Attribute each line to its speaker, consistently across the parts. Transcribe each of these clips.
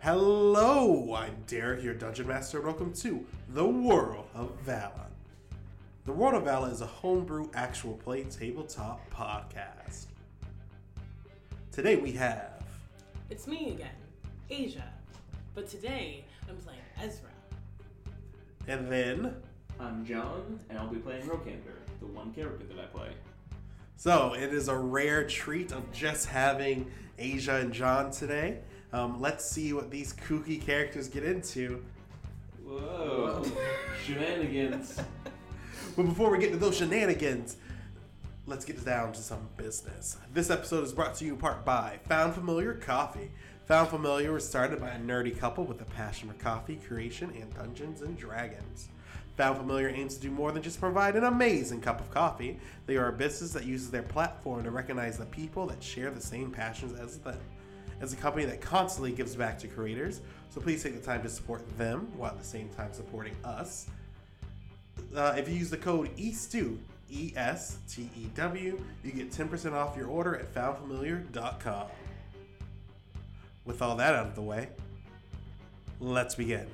Speaker 1: Hello, I'm Derek, your Dungeon Master. Welcome to the World of Valor. The World of Valor is a homebrew actual play tabletop podcast. Today we have
Speaker 2: It's me again, Asia. But today I'm playing Ezra.
Speaker 1: and then
Speaker 3: I'm John, and I'll be playing Rokander, the one character that I play.
Speaker 1: so it is a rare treat of just having Asia and John today. Um, let's see what these kooky characters get into.
Speaker 3: Whoa, shenanigans!
Speaker 1: But before we get to those shenanigans, let's get down to some business. This episode is brought to you in part by Found Familiar Coffee. Found Familiar was started by a nerdy couple with a passion for coffee, creation, and Dungeons and Dragons. Found Familiar aims to do more than just provide an amazing cup of coffee. They are a business that uses their platform to recognize the people that share the same passions as them. As a company that constantly gives back to creators, so please take the time to support them while at the same time supporting us uh, if you use the code ESTEW, E S T E W, you get 10% off your order at foundfamiliar.com. With all that out of the way, let's begin.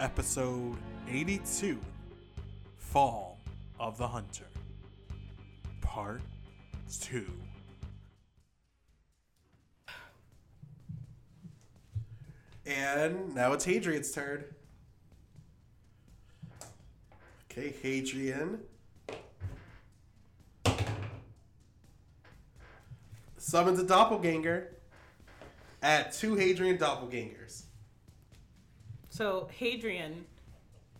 Speaker 1: Episode 82 Fall of the Hunter, Part 2. And now it's Hadrian's turn. Okay, Hadrian. Summons a doppelganger. Add two Hadrian doppelgangers.
Speaker 2: So Hadrian,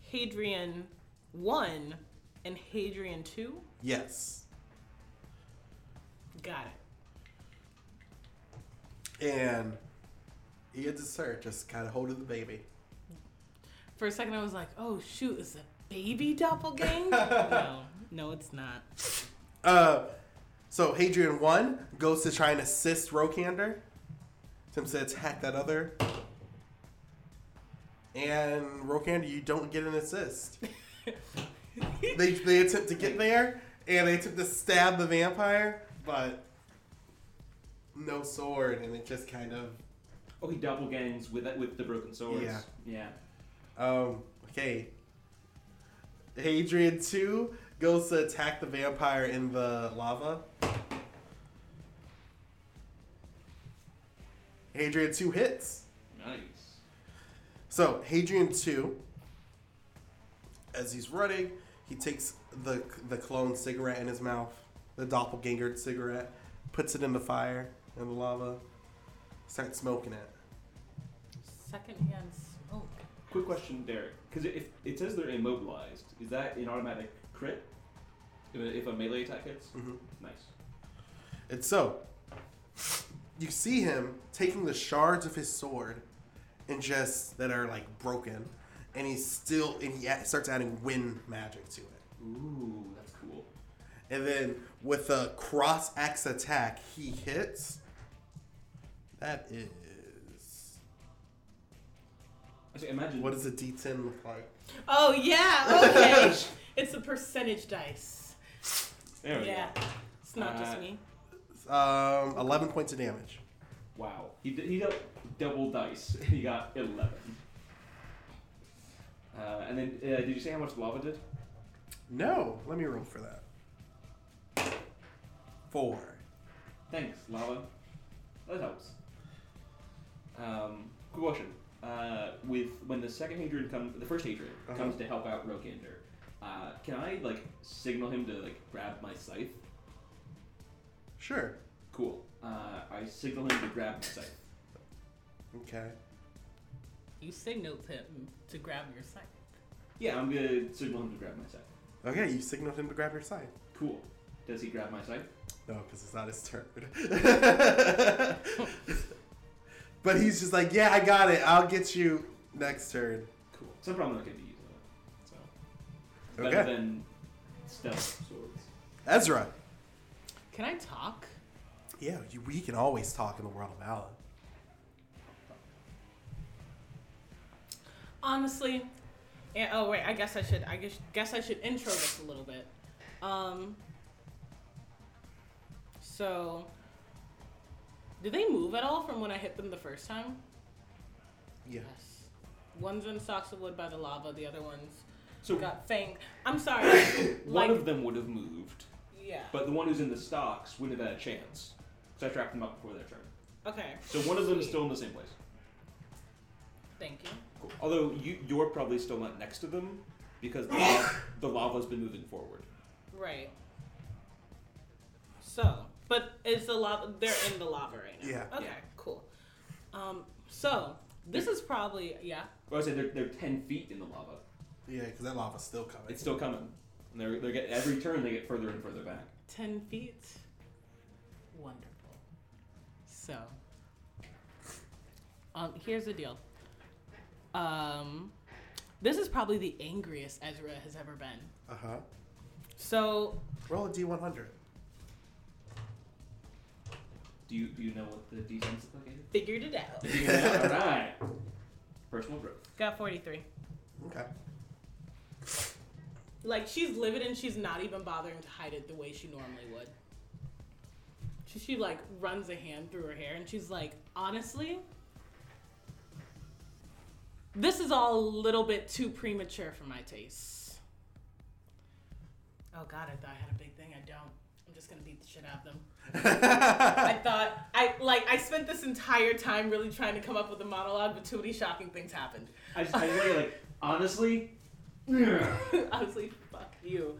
Speaker 2: Hadrian 1 and Hadrian 2?
Speaker 1: Yes.
Speaker 2: Got it.
Speaker 1: And he gets his sir, just kind of holding the baby.
Speaker 2: For a second I was like, oh shoot, is it baby doppelgang? no, no, it's not.
Speaker 1: Uh, so Hadrian 1 goes to try and assist Rokander attempts to attack that other. And Rokander, you don't get an assist. they, they attempt to get there, and they attempt to stab the vampire, but no sword, and it just kind of.
Speaker 3: Oh, he doppelgangs with that with the broken swords.
Speaker 1: Yeah.
Speaker 3: yeah.
Speaker 1: Um, okay. Hadrian 2 goes to attack the vampire in the lava. Hadrian 2 hits.
Speaker 3: Nice.
Speaker 1: So, Hadrian 2, as he's running, he takes the, the clone cigarette in his mouth, the doppelganger cigarette, puts it in the fire, in the lava, starts smoking it.
Speaker 2: Secondhand smoke.
Speaker 3: Quick question, Derek, because if it says they're immobilized, is that an automatic crit? If a, if a melee attack hits,
Speaker 1: Mhm.
Speaker 3: nice.
Speaker 1: And so, you see him taking the shards of his sword and just that are like broken, and he's still and he a- starts adding wind magic to it.
Speaker 3: Ooh, that's cool.
Speaker 1: And then with a cross axe attack, he hits. That is
Speaker 3: Actually, imagine
Speaker 1: what does a D10 look like?
Speaker 2: Oh yeah, okay. it's a percentage dice.
Speaker 3: There we
Speaker 2: Yeah.
Speaker 3: go.
Speaker 2: It's not just
Speaker 3: Oh, Uh,
Speaker 2: me.
Speaker 1: Um, 11 points of damage.
Speaker 3: Wow, he d- he dealt double dice. He got eleven. Uh, and then, uh, did you say how much lava did?
Speaker 1: No, let me roll for that. Four.
Speaker 3: Thanks, Lava. That helps. Um, quick question. Uh, with when the second Hadrian comes, the first Hadrian
Speaker 1: Uh-huh.
Speaker 3: comes to help out Rokander, uh, can I like signal him to like grab my scythe?
Speaker 1: Sure.
Speaker 3: Cool. Uh, I signal him to grab my scythe.
Speaker 1: Okay.
Speaker 2: You signaled him to grab your scythe.
Speaker 3: Yeah, I'm gonna signal him to grab my scythe.
Speaker 1: Okay, you signaled him to grab your side.
Speaker 3: Cool. Does he grab my scythe?
Speaker 1: No, because it's not his turn. but he's just like, yeah, I got it. I'll get you next turn.
Speaker 3: Cool. So I'm probably not gonna be using it. So It's
Speaker 1: Okay.
Speaker 3: better than stealth swords.
Speaker 1: Ezra.
Speaker 2: Can I talk?
Speaker 1: Yeah, you, we can always talk in the world of Alan.
Speaker 2: honestly yeah, oh wait i guess i should i guess, guess i should intro this a little bit um so Did they move at all from when I hit them the first time?
Speaker 1: Yeah.
Speaker 2: One's in socks of wood by the lava. The other one's
Speaker 3: So
Speaker 2: got fang. I'm sorry.
Speaker 3: one
Speaker 2: like
Speaker 3: of them would have moved,
Speaker 2: yeah.
Speaker 3: but the one who's in the stocks wouldn't have had a chance. So I trapped them up before their turn.
Speaker 2: Okay.
Speaker 3: So one of them is
Speaker 2: Sweet.
Speaker 3: still in the same place.
Speaker 2: Thank you.
Speaker 3: Cool. Although you, you're probably still not next to them because the, lava, the lava's been moving forward.
Speaker 2: Right. So, but is the lava? They're in the lava right now.
Speaker 1: Yeah.
Speaker 2: Okay.
Speaker 3: Yeah.
Speaker 2: Cool. Um. So this is probably yeah.
Speaker 3: Well, I say they're, they're 10 feet in the lava.
Speaker 1: Yeah, because that lava's still coming.
Speaker 3: It's still coming. And they're, they're get, every turn they get further and further back.
Speaker 2: Ten feet. Wonderful. So. Um. Here's the deal. Um. This is probably the angriest Ezra has ever been.
Speaker 1: Uh huh.
Speaker 2: So
Speaker 1: Roll a d100.
Speaker 3: Do you do you know what the D sense is like? Aiden?
Speaker 2: figured it out.
Speaker 3: Do you know? All right. Personal growth.
Speaker 2: Got 43.
Speaker 1: Okay.
Speaker 2: Like she's livid and she's not even bothering to hide it the way she normally would. She, she like runs a hand through her hair and she's like, honestly, this is all a little bit too premature for my taste. Oh god, I thought I had a big thing. I don't. I'm just gonna beat the shit out of them. I thought I like I spent this entire time really trying to come up with a monologue, but too many shocking things happened.
Speaker 3: I just I really like honestly.
Speaker 2: Honestly, fuck you.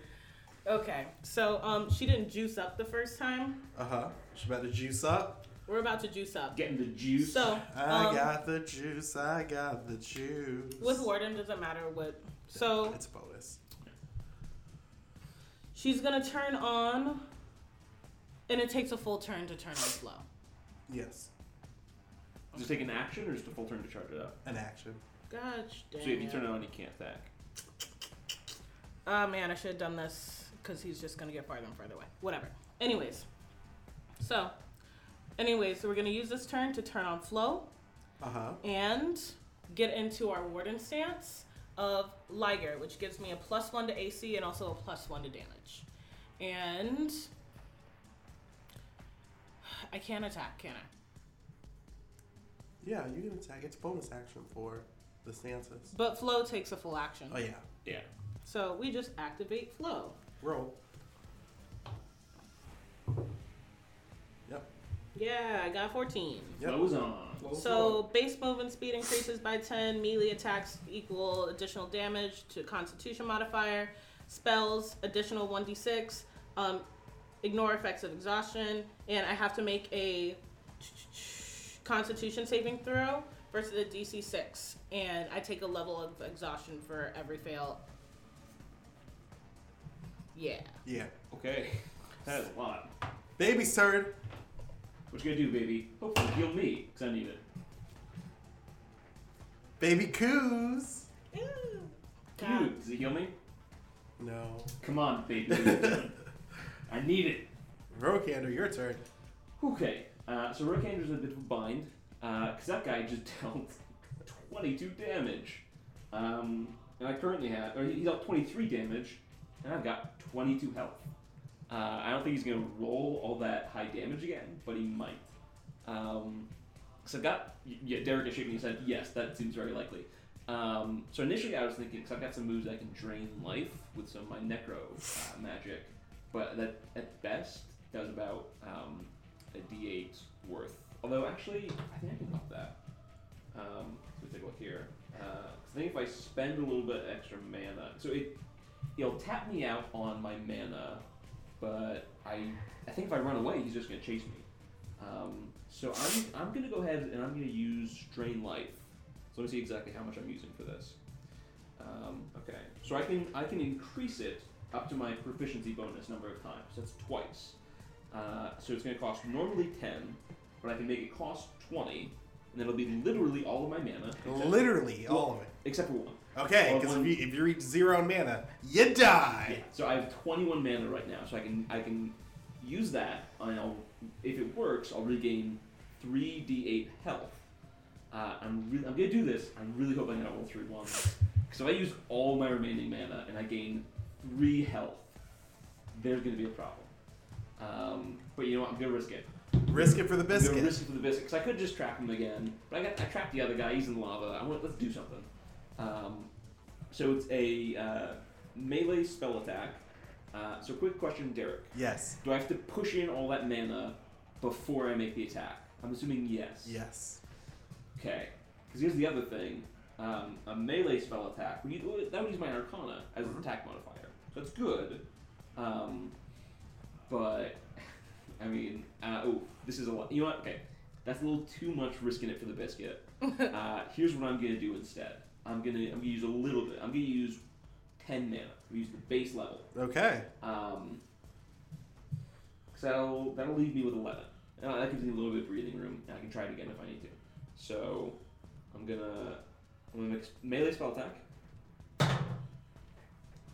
Speaker 2: Okay, so um, she didn't juice up the first time.
Speaker 1: Uh huh. She about to juice up.
Speaker 2: We're about to juice up.
Speaker 3: Getting the juice.
Speaker 2: So
Speaker 1: I
Speaker 2: um,
Speaker 1: got the juice. I got the juice.
Speaker 2: with Warden, doesn't matter what. So
Speaker 1: It's a bonus.
Speaker 2: she's gonna turn on, and it takes a full turn to turn on slow.
Speaker 1: Yes.
Speaker 3: Does it take an action or just a full turn to charge it up?
Speaker 1: An action.
Speaker 2: Gosh damn.
Speaker 3: So if you turn it on, you can't attack.
Speaker 2: Oh man, I should have done this because he's just gonna get farther and farther away. Whatever. Anyways, so, anyways, so we're gonna use this turn to turn on flow.
Speaker 1: Uh huh.
Speaker 2: and get into our warden stance of Liger, which gives me a plus one to AC and also a plus one to damage. And I can't attack, can I?
Speaker 1: Yeah, you can attack. It's bonus action for the stances.
Speaker 2: But flow takes a full action.
Speaker 1: Oh, yeah.
Speaker 3: Yeah.
Speaker 2: So we just activate flow.
Speaker 1: Roll. Yep.
Speaker 2: Yeah, I got 14.
Speaker 1: Yep.
Speaker 3: Close on.
Speaker 2: So base movement speed increases by 10, melee attacks equal additional damage to constitution modifier, spells additional 1d6, um, ignore effects of exhaustion, and I have to make a constitution saving throw versus a DC 6. And I take a level of exhaustion for every fail. Yeah.
Speaker 1: Yeah.
Speaker 3: Okay. That is a lot.
Speaker 1: Baby's turn.
Speaker 3: What you gonna do, baby? Hopefully heal me, because I need it.
Speaker 1: Baby coos.
Speaker 2: God.
Speaker 3: Dude, does it heal me?
Speaker 1: No.
Speaker 3: Come on, baby. what are you doing? I need it.
Speaker 1: Rokander, your turn.
Speaker 3: Okay, uh, so Rokander's in a bit of a bind, because that guy just dealt 22 damage. Um, and I currently have, or he he dealt 23 damage, and I've got 22 health. Uh, I don't think he's going to roll all that high damage again, but he might. Um, so I've got, y- yeah, Derek is shaking his head, yes, that seems very likely. Um, so initially I was thinking, because I've got some moves that can drain life with some of my necro uh, magic, but that at best does about um, a d8 worth. Although, actually, I think I can up that. Um, so we take a look here. Uh, 'cause I think if I spend a little bit extra mana, so it he'll tap me out on my mana, but I I think if I run away, he's just gonna chase me. Um, so I'm I'm gonna go ahead and I'm gonna use drain life. So let me see exactly how much I'm using for this. Um, okay, so I can I can increase it up to my proficiency bonus number of times. That's twice. Uh, so it's going to cost normally 10, but I can make it cost 20, and then it'll be literally all of my mana. Except,
Speaker 1: Literally, all of it.
Speaker 3: except for one.
Speaker 1: Okay,
Speaker 3: Well,
Speaker 1: because
Speaker 3: one-
Speaker 1: if, you, if you reach zero in mana, you
Speaker 3: Yeah.
Speaker 1: die.
Speaker 3: So I have 21 mana right now, so I can I can use that, and I'll, if it works, I'll regain 3d8 health. Uh, I'm really, I'm gonna do this. I really hope I can roll three ones. Because if I use all my remaining mana and I gain three health, there's gonna be a problem. Um, but you know what? I'm gonna risk it.
Speaker 1: risk it for the
Speaker 3: I'm gonna
Speaker 1: biscuit.
Speaker 3: risk it for the biscuit because I could just trap him again, but I got I trapped the other guy. He's in lava. I want let's do something. Um, so it's a uh, melee spell attack. Uh, so quick question, Derek.
Speaker 1: Yes.
Speaker 3: Do I have to push in all that mana before I make the attack? I'm assuming yes.
Speaker 1: Yes.
Speaker 3: Okay. Because here's the other thing. Um, a melee spell attack. Would you, that would use my Arcana as an
Speaker 1: Mhm.
Speaker 3: attack modifier. So that's good. Um, but, I mean, uh, oh, this is a lot. You know what? Okay. That's a little too much risking it for the biscuit. uh, here's what I'm going to do instead. I'm going to I'm gonna use a little bit. I'm going to use 10 mana. We use the base level.
Speaker 1: Okay.
Speaker 3: Um, so that'll, that'll leave me with 11. Uh, that gives me a little bit of breathing room, and I can try it again if I need to. So I'm gonna I'm gonna make s- melee spell attack.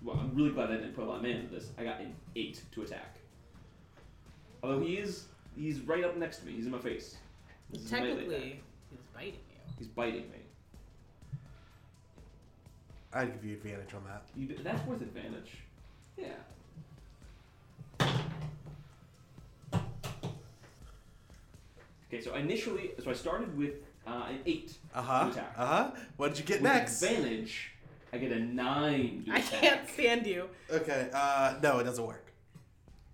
Speaker 3: Well, I'm really glad I didn't put a lot of mana into this. I got an eight to attack. Although he is he's right up next to me. He's in my face. This is a melee attack.
Speaker 2: Technically, he's biting you.
Speaker 3: he's biting me.
Speaker 1: I'd give you advantage on that.
Speaker 3: You, that's worth advantage. Yeah. Okay, so initially, so I started with uh, an eight
Speaker 1: Uh huh.
Speaker 3: Attack.
Speaker 1: Uh huh. What did you get
Speaker 3: with
Speaker 1: next?
Speaker 3: advantage. I get a nine. to
Speaker 2: I
Speaker 3: attack.
Speaker 2: can't stand you.
Speaker 1: Okay. Uh, no, it doesn't work.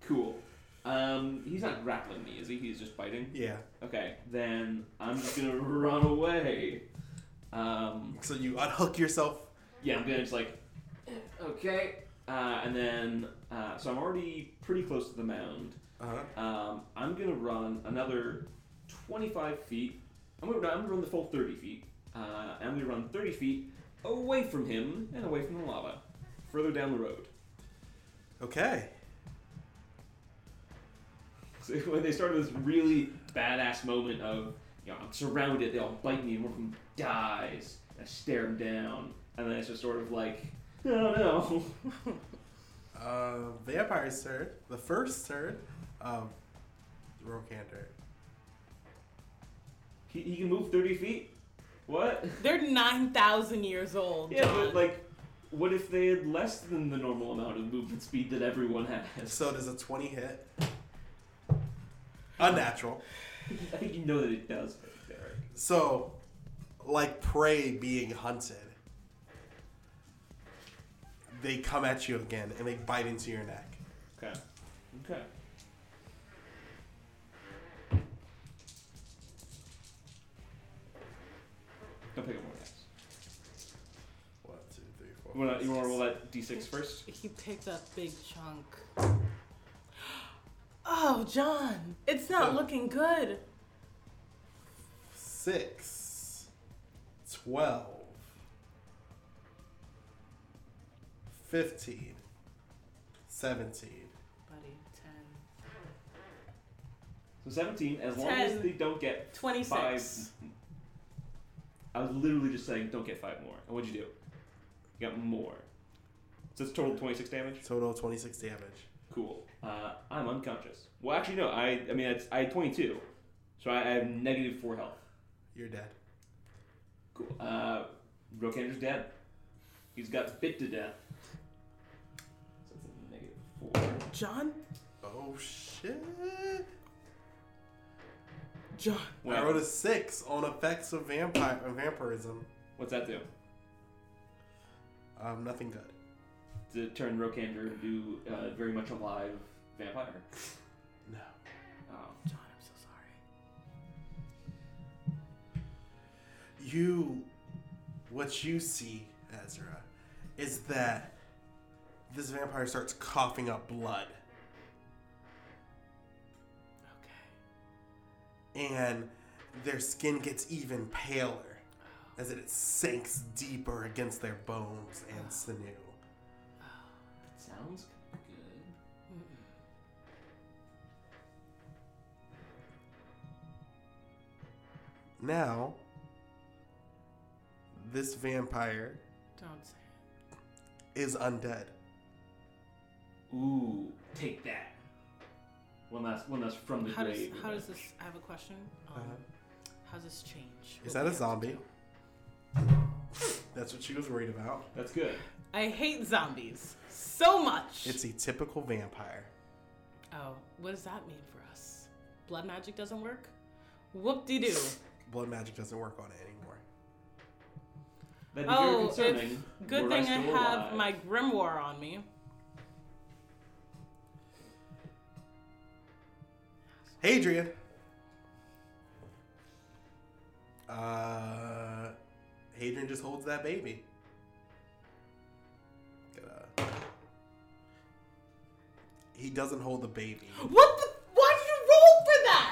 Speaker 3: Cool. Um, he's not grappling me, is he? He's just biting.
Speaker 1: Yeah.
Speaker 3: Okay, then I'm just gonna run away. Um,
Speaker 1: So you unhook yourself.
Speaker 3: yeah, I'm gonna just like, okay, uh, and then uh, so I'm already pretty close to the mound.
Speaker 1: Uh huh.
Speaker 3: Um, I'm gonna run another 25 feet. I'm gonna, I'm gonna run the full 30 feet. Uh, and I'm gonna run 30 feet away from him and away from the lava, further down the road.
Speaker 1: Okay.
Speaker 3: So when they started this really badass moment of, you know, I'm surrounded, they all bite me, and one of them dies. I stare him down, and then it's just sort of like, oh no.
Speaker 1: Uh, vampire's turn. The first turn. Um, Rokander.
Speaker 3: He, he can move 30 feet? What?
Speaker 2: They're 9,000 years old.
Speaker 3: Yeah,
Speaker 2: John.
Speaker 3: but like, what if they had less than the normal amount of movement speed that everyone has?
Speaker 1: So does a twenty hit? Unnatural.
Speaker 3: I think you know that it does, Derek.
Speaker 1: So, like prey being hunted, they come at you again and they bite into your neck.
Speaker 3: Okay. Okay. Don't pick up more dice.
Speaker 1: One, two, three, four.
Speaker 3: You wanna, you wanna
Speaker 1: five,
Speaker 3: roll that d6 first?
Speaker 2: He picked up big chunk. Oh, John, it's not
Speaker 1: Oh.
Speaker 2: looking good.
Speaker 1: six, twelve, fifteen, seventeen.
Speaker 2: Buddy, 10.
Speaker 3: So 17, as long as
Speaker 2: Ten.
Speaker 3: they don't get
Speaker 2: 26.
Speaker 3: five. I was literally just saying, don't get five more. And what'd you do? You got more. So it's total 26 damage?
Speaker 1: Total twenty six damage.
Speaker 3: Cool. Uh, I'm unconscious. Well, actually, no. I I mean, it's, I had 22, so I, I have negative four health.
Speaker 1: You're dead.
Speaker 3: Cool. Uh, Rokander's dead. He's got bit to death. So that's a negative four.
Speaker 2: John?
Speaker 1: Oh shit.
Speaker 2: John.
Speaker 1: I
Speaker 3: Wait,
Speaker 1: wrote a six on effects of vampire of vampirism.
Speaker 3: what's that do?
Speaker 1: Um, nothing good.
Speaker 3: To turn Rokander into uh, very much alive vampire.
Speaker 1: No.
Speaker 3: Oh.
Speaker 2: John, I'm so sorry.
Speaker 1: You, what you see, Ezra, is that this vampire starts coughing up blood,
Speaker 2: Okay.
Speaker 1: and their skin gets even paler as it sinks deeper against their bones and sinew.
Speaker 3: That sounds good.
Speaker 1: Now, this vampire
Speaker 2: Don't say it.
Speaker 1: is undead.
Speaker 3: Ooh, take that. One last, one last from the
Speaker 2: How does,
Speaker 3: grave.
Speaker 2: how does this,
Speaker 3: revenge.
Speaker 2: I have a question. Um,
Speaker 1: Uh-huh.
Speaker 2: How does this change?
Speaker 1: Is
Speaker 2: what
Speaker 1: that
Speaker 2: we
Speaker 1: a
Speaker 2: have to
Speaker 1: zombie?
Speaker 2: do?
Speaker 1: That's what she was worried about.
Speaker 3: That's good.
Speaker 2: I hate zombies so much.
Speaker 1: It's a typical vampire.
Speaker 2: oh, what does that mean for us? blood magic doesn't work. Whoop de doo.
Speaker 1: Blood magic doesn't work on it anymore.
Speaker 3: That'd be very
Speaker 2: Oh,
Speaker 3: concerning.
Speaker 2: if, good
Speaker 3: were
Speaker 2: thing I
Speaker 3: still
Speaker 2: have
Speaker 3: alive.
Speaker 2: my grimoire on me.
Speaker 1: Hadrian. Uh, Hadrian just holds that baby. Gotta- He doesn't hold the baby.
Speaker 2: What the? Why did you roll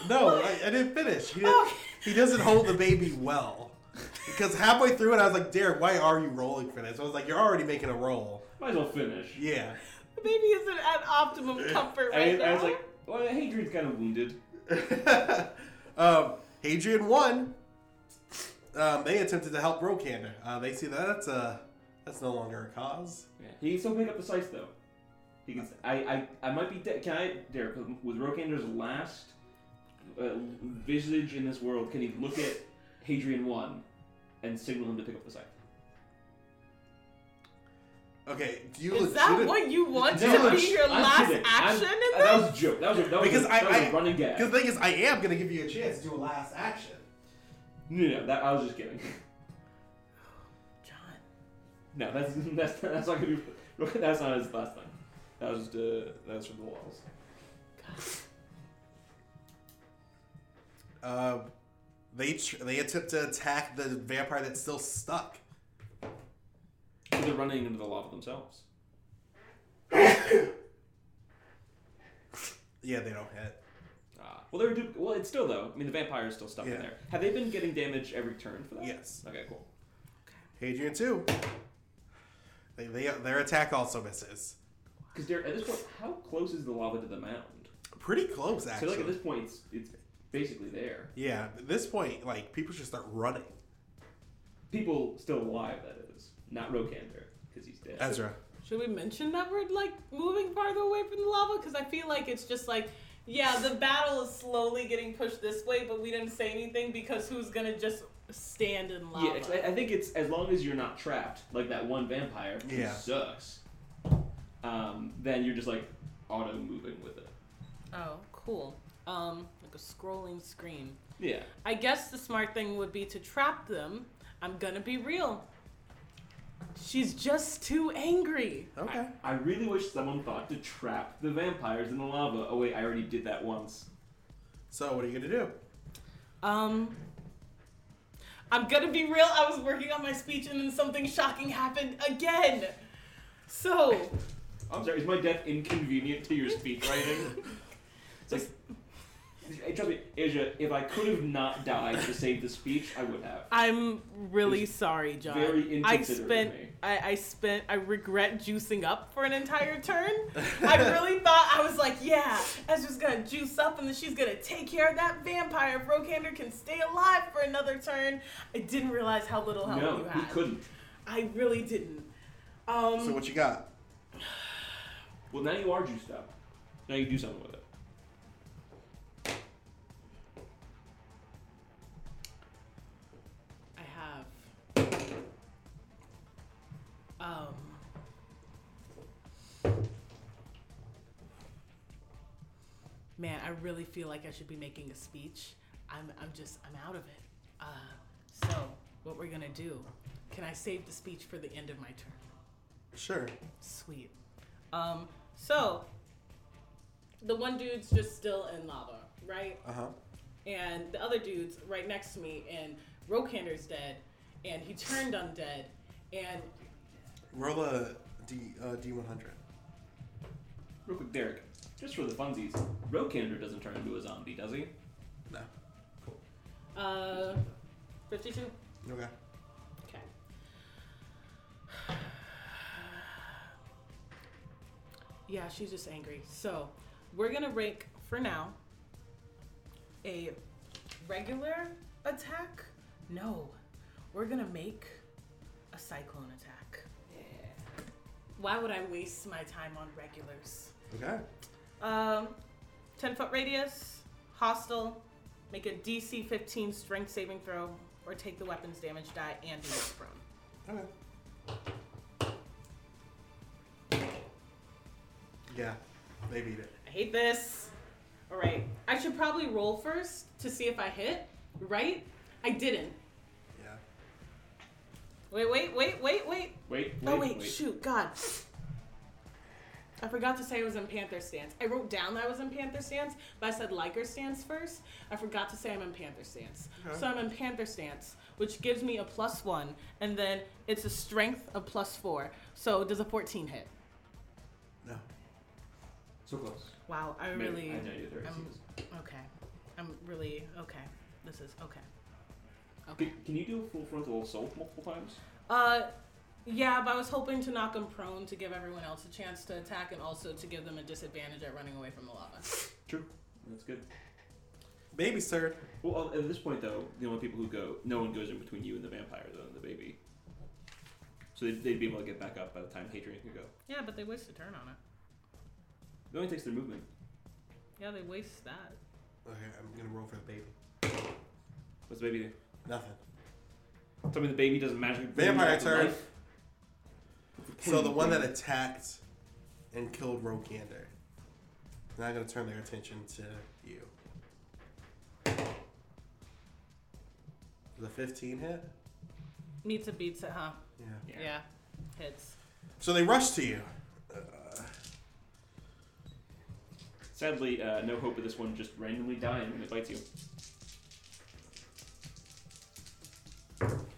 Speaker 2: for that?
Speaker 1: No, I, I didn't finish. He,
Speaker 2: Oh.
Speaker 1: he doesn't hold the baby well. Because halfway through it, I was like, Derek, why are you rolling for this? I was like, you're already making a roll.
Speaker 3: Might as well finish.
Speaker 1: Yeah.
Speaker 2: The baby isn't at optimum comfort right
Speaker 3: I, I
Speaker 2: now.
Speaker 3: was like, well, Hadrian's kind of wounded.
Speaker 1: um, Hadrian won. Um, they attempted to help Rokander. Uh, they see that that's uh, that's no longer a cause.
Speaker 3: Yeah. He can still pick up the sights though. He can. I. I. I might be. De- can I, Derek? With Rokander's last uh, visage in this world, can he look at Hadrian one and signal him to pick up the sight?
Speaker 1: Okay, do you
Speaker 2: is that
Speaker 1: legit-
Speaker 2: what you want
Speaker 1: No,
Speaker 2: to
Speaker 1: I'm-
Speaker 2: be your
Speaker 3: I'm
Speaker 2: last
Speaker 3: kidding. I'm- uh,
Speaker 2: action in
Speaker 3: That
Speaker 2: this?
Speaker 3: was a joke. That was a, that was
Speaker 1: Because
Speaker 3: a,
Speaker 1: I,
Speaker 3: that was a
Speaker 1: I
Speaker 3: running gag.
Speaker 1: Because the thing is, I am gonna give you a chance to do a last action.
Speaker 3: No, no, that, I was just kidding.
Speaker 2: John.
Speaker 3: No, that's that's that's not gonna be. That's not his last thing. That was just, uh, that was from the walls.
Speaker 1: Uh, they tr- they attempt to attack the vampire that's still stuck.
Speaker 3: They're running into the lava themselves.
Speaker 1: Yeah, they don't hit.
Speaker 3: Ah. Well, they're do- well. It's still though. I mean, the vampire is still stuck
Speaker 1: Yeah.
Speaker 3: in there. Have they been getting damage every turn for that?
Speaker 1: Yes.
Speaker 3: Okay. Cool.
Speaker 1: Hadrian too. They, they their attack also misses.
Speaker 3: Because Derek, at this point, how close is the lava to the mound?
Speaker 1: Pretty close actually.
Speaker 3: So like at this point, it's it's basically there.
Speaker 1: yeah, at this point, like people should start running.
Speaker 3: People still alive. That is not Rokander because he's dead.
Speaker 1: Ezra.
Speaker 2: Should we mention that we're like moving farther away from the lava? Because I feel like it's just like, yeah, the battle is slowly getting pushed this way, but we didn't say anything because who's gonna just stand in lava?
Speaker 3: yeah, it's- I, I think it's as long as you're not trapped, like that one vampire who
Speaker 1: Yeah.
Speaker 3: sucks. Um, then you're just like auto moving with it.
Speaker 2: oh, cool. Um, like a scrolling screen.
Speaker 3: Yeah.
Speaker 2: I guess the smart thing would be to trap them. I'm gonna be real. She's just too angry.
Speaker 1: Okay.
Speaker 3: I, I really wish someone thought to trap the vampires in the lava. Oh wait, I already did that once.
Speaker 1: So what are you gonna do?
Speaker 2: Um, I'm gonna be real. I was working on my speech and then something shocking happened again. So,
Speaker 3: I'm sorry, is my death inconvenient to your speech writing? it's like, Hey, trust me, Asia, if I could have not died to save the speech, I would have.
Speaker 2: I'm really sorry, John.
Speaker 3: very
Speaker 2: I
Speaker 3: inconsiderate of
Speaker 2: spent,
Speaker 3: me.
Speaker 2: I, I spent, I regret juicing up for an entire turn. I really thought I was like, yeah, Ezra's gonna juice up and then she's gonna take care of that vampire. If Rokander can stay alive for another turn, I didn't realize how little help
Speaker 3: No,
Speaker 2: you
Speaker 3: he
Speaker 2: had.
Speaker 3: couldn't.
Speaker 2: I really didn't. Um,
Speaker 1: So what you got?
Speaker 3: Well, now you are juiced up. Now you do something with it.
Speaker 2: I have. Um. Man, I really feel like I should be making a speech. I'm, I'm just, I'm out of it. Uh, so, what we're gonna do? Can I save the speech for the end of my turn?
Speaker 1: Sure.
Speaker 2: Sweet. Um, so, the one dude's just still in lava, right?
Speaker 1: Uh huh.
Speaker 2: and the other dude's right next to me, and Rokander's dead, and he turned undead, and
Speaker 1: Roll a D uh, D one hundred.
Speaker 3: Real quick, Derek, just for the funsies, Rokander doesn't turn into a zombie, does he?
Speaker 1: No.
Speaker 2: uh, 52.
Speaker 1: Okay.
Speaker 2: Okay. Yeah, she's just angry. So we're gonna rake for now a regular attack. No, we're gonna make a cyclone attack. Why would I waste my time on regulars?
Speaker 1: Okay.
Speaker 2: Um, 10 foot radius, hostile, make a DC 15 strength saving throw, or take the weapon's damage die and be knocked prone.
Speaker 1: Okay. Yeah, they beat it.
Speaker 2: I hate this. all right, I should probably roll first to see if I hit, right? I didn't.
Speaker 1: Yeah.
Speaker 2: Wait, wait, wait, wait, wait.
Speaker 3: Wait, wait,
Speaker 2: oh, wait,
Speaker 3: wait.
Speaker 2: shoot, God. I forgot to say I was in Panther stance. I wrote down that I was in Panther stance, but I said Liker stance first. I forgot to say I'm in Panther stance.
Speaker 1: Okay.
Speaker 2: So I'm in Panther stance, which gives me a plus one, and then it's a strength of plus four. So does a 14 hit?
Speaker 1: No.
Speaker 3: So close.
Speaker 2: Wow, I
Speaker 3: Maybe.
Speaker 2: really.
Speaker 3: I know you're there.
Speaker 2: I'm- Okay. I'm really okay. This is okay.
Speaker 3: Can, can you do a full frontal assault multiple times?
Speaker 2: Uh, yeah, but I was hoping to knock him prone to give everyone else a chance to attack and also to give them a disadvantage at running away from the lava.
Speaker 3: True. That's good.
Speaker 1: Baby, sir.
Speaker 3: Well, uh, at this point, though, the only people who go, no one goes in between you and the vampire, though, and the baby. So they'd, they'd be able to get back up by the time Hadrian could go.
Speaker 2: Yeah, but they waste a turn on it.
Speaker 3: It only takes their movement.
Speaker 2: Yeah, they waste that.
Speaker 1: Okay, I'm gonna roll for the baby.
Speaker 3: What's the baby
Speaker 1: Nothing.
Speaker 3: do? Tell me the baby doesn't magically. bring
Speaker 1: Vampire
Speaker 3: back to
Speaker 1: turn.
Speaker 3: life.
Speaker 1: So the one that attacked and killed Rogander. Now I'm gonna turn their attention to you. The 15 hit?
Speaker 2: Needs a beats it, huh?
Speaker 1: Yeah.
Speaker 3: Yeah.
Speaker 2: Hits.
Speaker 1: So they rush to you. Uh,
Speaker 3: Sadly, uh, no hope of this one just randomly dying when it bites you.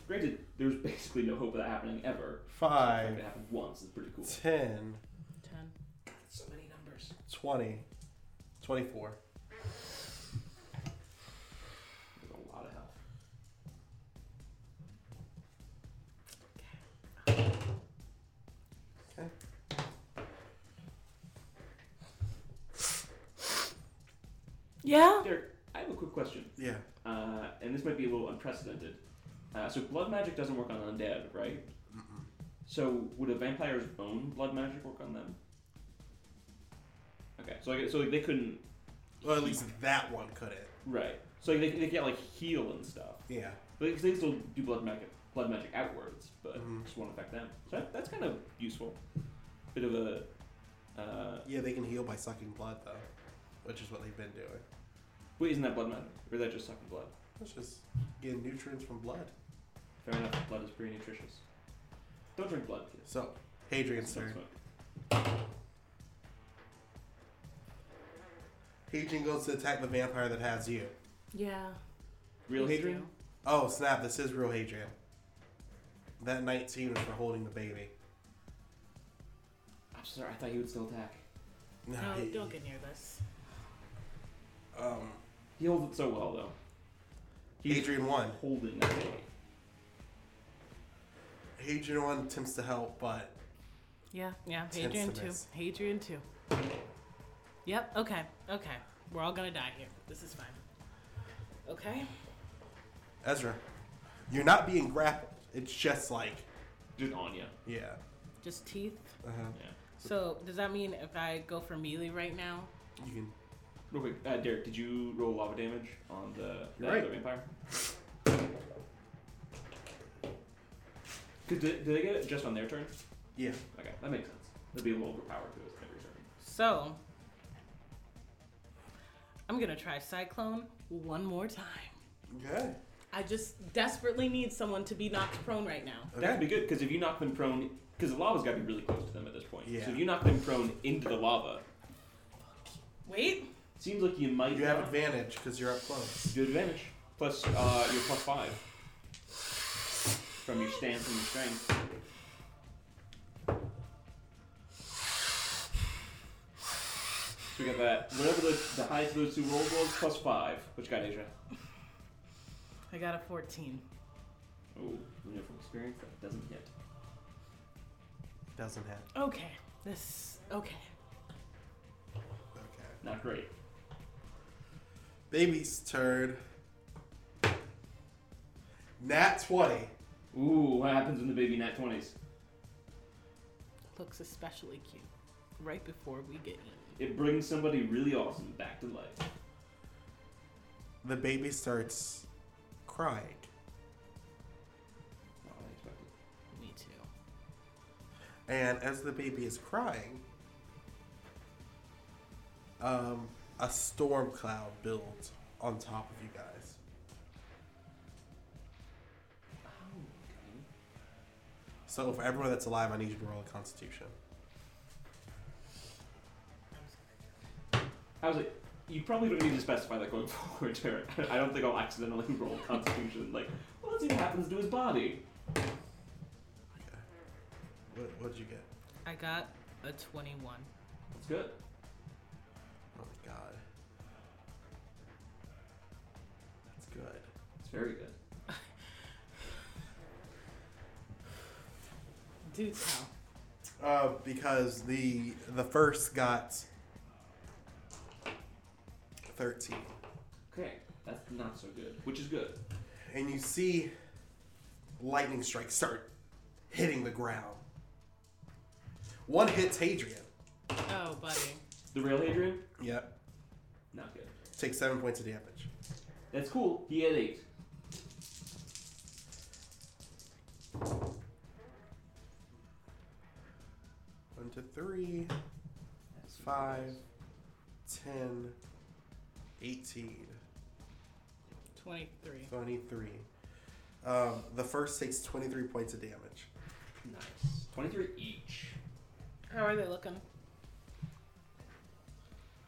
Speaker 3: Granted, there's basically no hope of that happening ever. The fact that
Speaker 1: five,
Speaker 3: It happened once. It's pretty cool.
Speaker 1: 10,
Speaker 2: Ten.
Speaker 3: So many numbers.
Speaker 1: 20, 24.
Speaker 3: There's a lot of health.
Speaker 1: Okay.
Speaker 2: Yeah?
Speaker 3: Derek, I have a quick question.
Speaker 1: Yeah.
Speaker 3: uh, and this might be a little unprecedented. Uh, so blood magic doesn't work on undead, right? So would a vampire's own blood magic work on them? Okay, so like, so like they couldn't,
Speaker 1: Well, at least that one couldn't.
Speaker 3: right? So like, they they get like heal and stuff.
Speaker 1: Yeah.
Speaker 3: Like, 'cause they can still do blood magic, blood magic outwards, but
Speaker 1: Mhm.
Speaker 3: it just won't affect them. So that, that's kind of useful. Bit of a, uh,
Speaker 1: Yeah, they can heal by sucking blood, though, which is what they've been doing.
Speaker 3: wait, isn't that blood magic, or is that just sucking blood?
Speaker 1: That's just getting nutrients from blood.
Speaker 3: Fair enough, blood is pretty nutritious. Don't drink blood, kids.
Speaker 1: So, Hadrian's
Speaker 3: Don't
Speaker 1: turn.
Speaker 3: smoke.
Speaker 1: Hadrian goes to attack the vampire that has you.
Speaker 2: Yeah.
Speaker 3: Real
Speaker 1: Hadrian? Oh, snap, this is real Hadrian. That 19 was for holding the baby.
Speaker 3: I'm sorry, I thought he would still attack.
Speaker 2: No,
Speaker 1: he-
Speaker 2: don't get near this.
Speaker 1: Um,
Speaker 3: He holds it so well, though. He's
Speaker 1: Hadrian won.
Speaker 3: holding that baby.
Speaker 1: Hadrian won attempts to help, but
Speaker 2: Yeah, yeah.
Speaker 1: Tense
Speaker 2: Hadrian
Speaker 1: to
Speaker 2: too.
Speaker 1: miss.
Speaker 2: Hadrian too. Yep, okay, okay. We're all gonna die here. This is fine. Okay.
Speaker 1: Ezra, you're not being grappled. It's just like,
Speaker 3: Just on you.
Speaker 1: yeah.
Speaker 2: Just teeth.
Speaker 1: Uh-huh.
Speaker 3: Yeah.
Speaker 2: So does that mean if I go for melee right now?
Speaker 1: You can.
Speaker 3: Real quick, uh, Derek, did you roll lava damage on the, the
Speaker 1: You're right.
Speaker 3: other vampire? Did, did they get it just on their turn?
Speaker 1: Yeah.
Speaker 3: Okay, that makes sense. It'd be a little overpowered to us every turn.
Speaker 2: So I'm gonna try Cyclone one more time.
Speaker 1: Okay.
Speaker 2: I just desperately need someone to be knocked prone right now.
Speaker 3: That'd be
Speaker 1: Okay.
Speaker 3: good because if you knock them prone, because the lava's got to be really close to them at this point.
Speaker 1: Yeah.
Speaker 3: So if you knock them prone into the lava,
Speaker 2: Wait,
Speaker 3: seems like you might
Speaker 1: You have
Speaker 3: not.
Speaker 1: advantage because you're up close.
Speaker 3: Do advantage. Plus, uh, your plus five. From your stand, from your strength. So we got that. Whatever the, the highest of those two rolls was, plus five. Which got Adrian?
Speaker 2: I got a 14.
Speaker 3: Oh, we know from experience that doesn't hit.
Speaker 1: Doesn't have.
Speaker 2: Okay, this okay.
Speaker 1: Okay.
Speaker 3: Not great.
Speaker 1: Baby's turn. Nat 20.
Speaker 3: Ooh, what happens when the baby nat 20s?
Speaker 2: Looks especially cute right before we get eaten.
Speaker 3: It brings somebody really awesome back to life.
Speaker 1: The baby starts crying.
Speaker 3: Not what I expected.
Speaker 2: Me too.
Speaker 1: And as the baby is crying, um, a storm cloud builds on top of you guys.
Speaker 3: Oh, okay.
Speaker 1: So for everyone that's alive, I need you to roll a Constitution.
Speaker 3: I was like, you probably don't need to specify that going forward, Derek. I don't think I'll accidentally roll Constitution. Like, well, let's see what happens to his body.
Speaker 1: Okay. What what did you get?
Speaker 2: I got a 21.
Speaker 3: That's good.
Speaker 1: Oh my god. That's good.
Speaker 3: It's very good.
Speaker 2: Do tell.
Speaker 1: Uh, because the the first got thirteen,
Speaker 3: Okay, that's not so good. Which is good.
Speaker 1: and you see lightning strikes start hitting the ground. One hits Hadrian.
Speaker 2: Oh, buddy.
Speaker 3: The real Adrian,
Speaker 1: Yep.
Speaker 3: not good.
Speaker 1: Takes seven points of damage.
Speaker 3: That's cool. He had eight.
Speaker 1: One to three,
Speaker 3: That's
Speaker 1: five, ten, eighteen,
Speaker 2: 23.
Speaker 1: twenty-three. Um, the first takes twenty-three points of damage.
Speaker 3: Nice. Twenty-three each.
Speaker 2: How are they looking?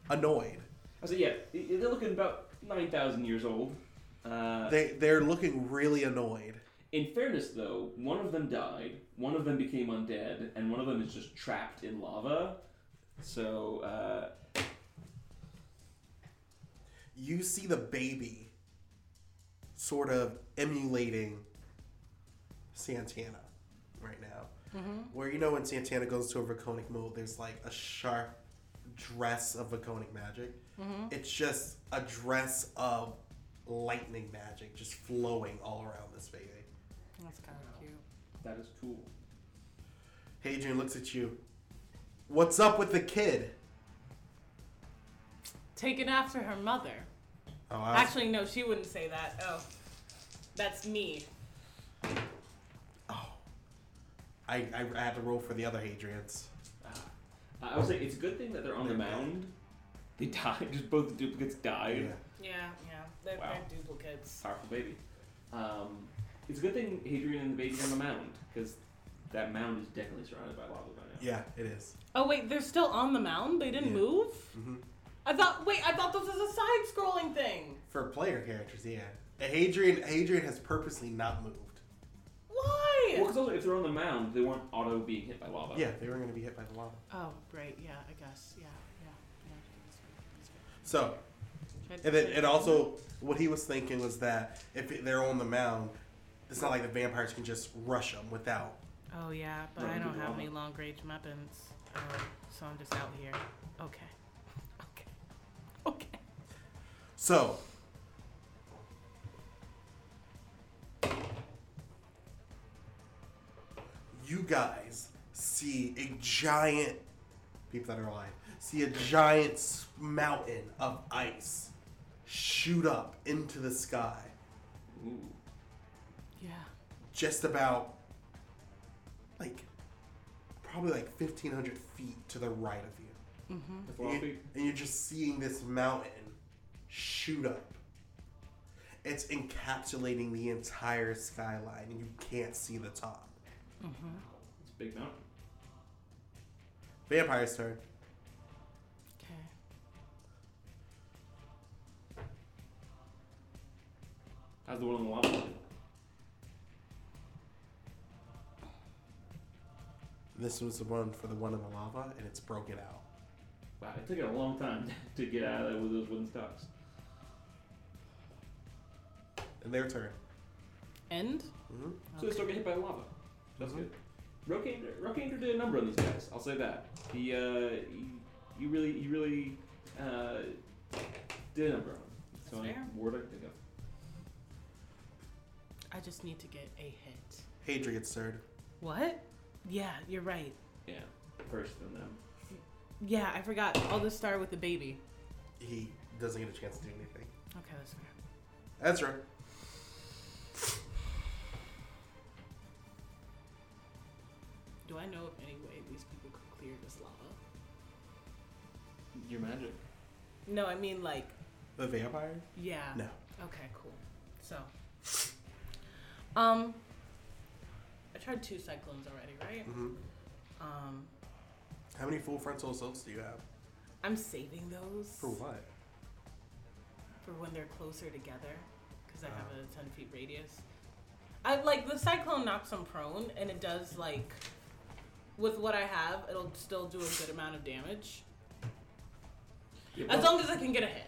Speaker 1: Annoyed.
Speaker 3: I was like, yeah, they- they're looking about nine thousand years old. Uh,
Speaker 1: They they're looking really annoyed.
Speaker 3: in fairness, though, one of them died, one of them became undead, and one of them is just trapped in lava. So uh,
Speaker 1: you see the baby sort of emulating Santana right now. Where you know when Santana goes to a Draconic mode, there's like a sharp dress of Draconic magic. It's just a dress of lightning magic just flowing all around this baby.
Speaker 2: That's kind of cute.
Speaker 3: that is cool.
Speaker 1: Hadrian looks at you. What's up with the kid?
Speaker 2: Taken after her mother.
Speaker 1: Oh,
Speaker 3: Uh,
Speaker 1: I was,
Speaker 2: Actually, no, she wouldn't say that. Oh, that's me.
Speaker 1: I, I, I had to roll for the other Hadrians.
Speaker 3: I was like, it's a good thing that they're on the mound. They died. Just both the duplicates died.
Speaker 1: Yeah.
Speaker 2: Yeah, yeah. They're,
Speaker 3: Wow.
Speaker 2: they're duplicates.
Speaker 3: Powerful baby. Um, it's a good thing Hadrian and the baby's on the mound because that mound is definitely surrounded by lava by now.
Speaker 1: Yeah, it is.
Speaker 2: Oh, wait, they're still on the mound? They didn't
Speaker 1: Yeah.
Speaker 2: move?
Speaker 1: hmm
Speaker 2: I thought, wait, I thought this was a side scrolling thing.
Speaker 1: For player characters, yeah. And Hadrian Hadrian has purposely not moved.
Speaker 2: Why?
Speaker 3: Well, because also if they're on the mound, they weren't auto being hit by lava.
Speaker 1: Yeah, they were gonna be hit by the lava.
Speaker 2: Oh, right. Yeah, I guess. Yeah, yeah,
Speaker 1: So
Speaker 2: yeah.
Speaker 1: and then and also what he was thinking was that if they're on the mound, it's not like the vampires can just rush them without.
Speaker 2: Oh yeah, but
Speaker 3: Right,
Speaker 2: I
Speaker 3: we
Speaker 2: don't
Speaker 3: do
Speaker 2: have
Speaker 3: all
Speaker 2: any
Speaker 3: that.
Speaker 2: long range weapons, um, so I'm just out here. Okay. Okay. Okay.
Speaker 1: So you guys see a giant people that are alive see a giant s- mountain of ice shoot up into the sky
Speaker 3: Ooh.
Speaker 2: Yeah.
Speaker 1: just about like probably like 1500 feet to the right of you
Speaker 3: The
Speaker 1: and,
Speaker 3: floppy.
Speaker 1: you- and you're just seeing this mountain shoot up. It's encapsulating the entire skyline, and you can't see the top.
Speaker 3: It's a big mountain.
Speaker 1: Vampire's turn.
Speaker 2: Okay.
Speaker 3: How's the one on the lava? doing?
Speaker 1: This was the one for the one in the lava, and it's broken out.
Speaker 3: Wow, it took it a long time to get out of there with those wooden stocks.
Speaker 1: And their turn.
Speaker 2: End.
Speaker 1: hmm
Speaker 3: So they still get hit by the lava. That's good. Rokander, Rokander did a number on these guys. I'll say that. He, uh, he, you really, you really, uh, did a number on them. That's the only
Speaker 2: fair.
Speaker 3: word I can think of.
Speaker 2: I just need to get a hit.
Speaker 1: Hadrian's turn.
Speaker 2: Yeah, you're right.
Speaker 3: Yeah, first and them.
Speaker 2: Yeah, I forgot. I'll just start with the baby.
Speaker 1: He doesn't get a chance to do anything.
Speaker 2: Okay, that's fair.
Speaker 1: Ezra.
Speaker 2: Do I know of any way these people could clear this lava?
Speaker 3: Your magic.
Speaker 2: No, I mean like
Speaker 1: The vampire?
Speaker 2: yeah.
Speaker 1: No.
Speaker 2: Okay, cool. So, um, I tried two cyclones already, right?
Speaker 1: hmm
Speaker 2: Um,
Speaker 1: How many full frontal assaults do you have?
Speaker 2: I'm saving those
Speaker 1: For what?
Speaker 2: for when they're closer together because I have
Speaker 1: Oh.
Speaker 2: a 10 feet radius. I like the cyclone knocks them prone, and it does like with what I have, it'll still do a good amount of damage
Speaker 3: Yeah,
Speaker 2: as long as I can get a hit.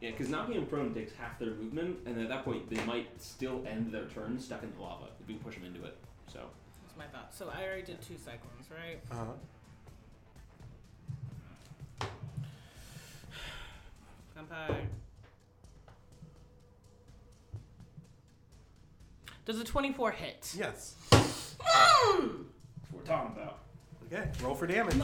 Speaker 3: because not being prone takes half their movement, and at that point they might still end their turn stuck in the lava if you push them into it. So
Speaker 2: That's my thought. So I already did two cyclones, right?
Speaker 1: Uh huh.
Speaker 2: Vampire. Does a 24 hit?
Speaker 1: Yes.
Speaker 3: that's what we're talking about.
Speaker 1: Okay. Roll for damage.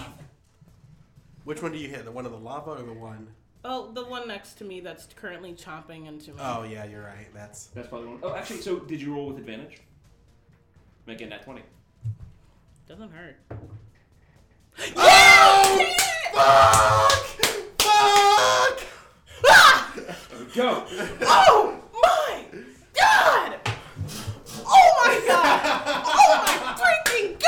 Speaker 1: Which one do you hit? The one in the lava or the one?
Speaker 2: Oh, the one next to me that's currently chomping into me.
Speaker 1: Oh yeah, you're right. That's
Speaker 3: That's probably one. Oh, actually, so did you roll with advantage? Make it nat twenty.
Speaker 2: Doesn't hurt.
Speaker 1: Oh, fuck! Fuck!
Speaker 3: Go.
Speaker 2: Oh my god! Oh my god! Oh my freaking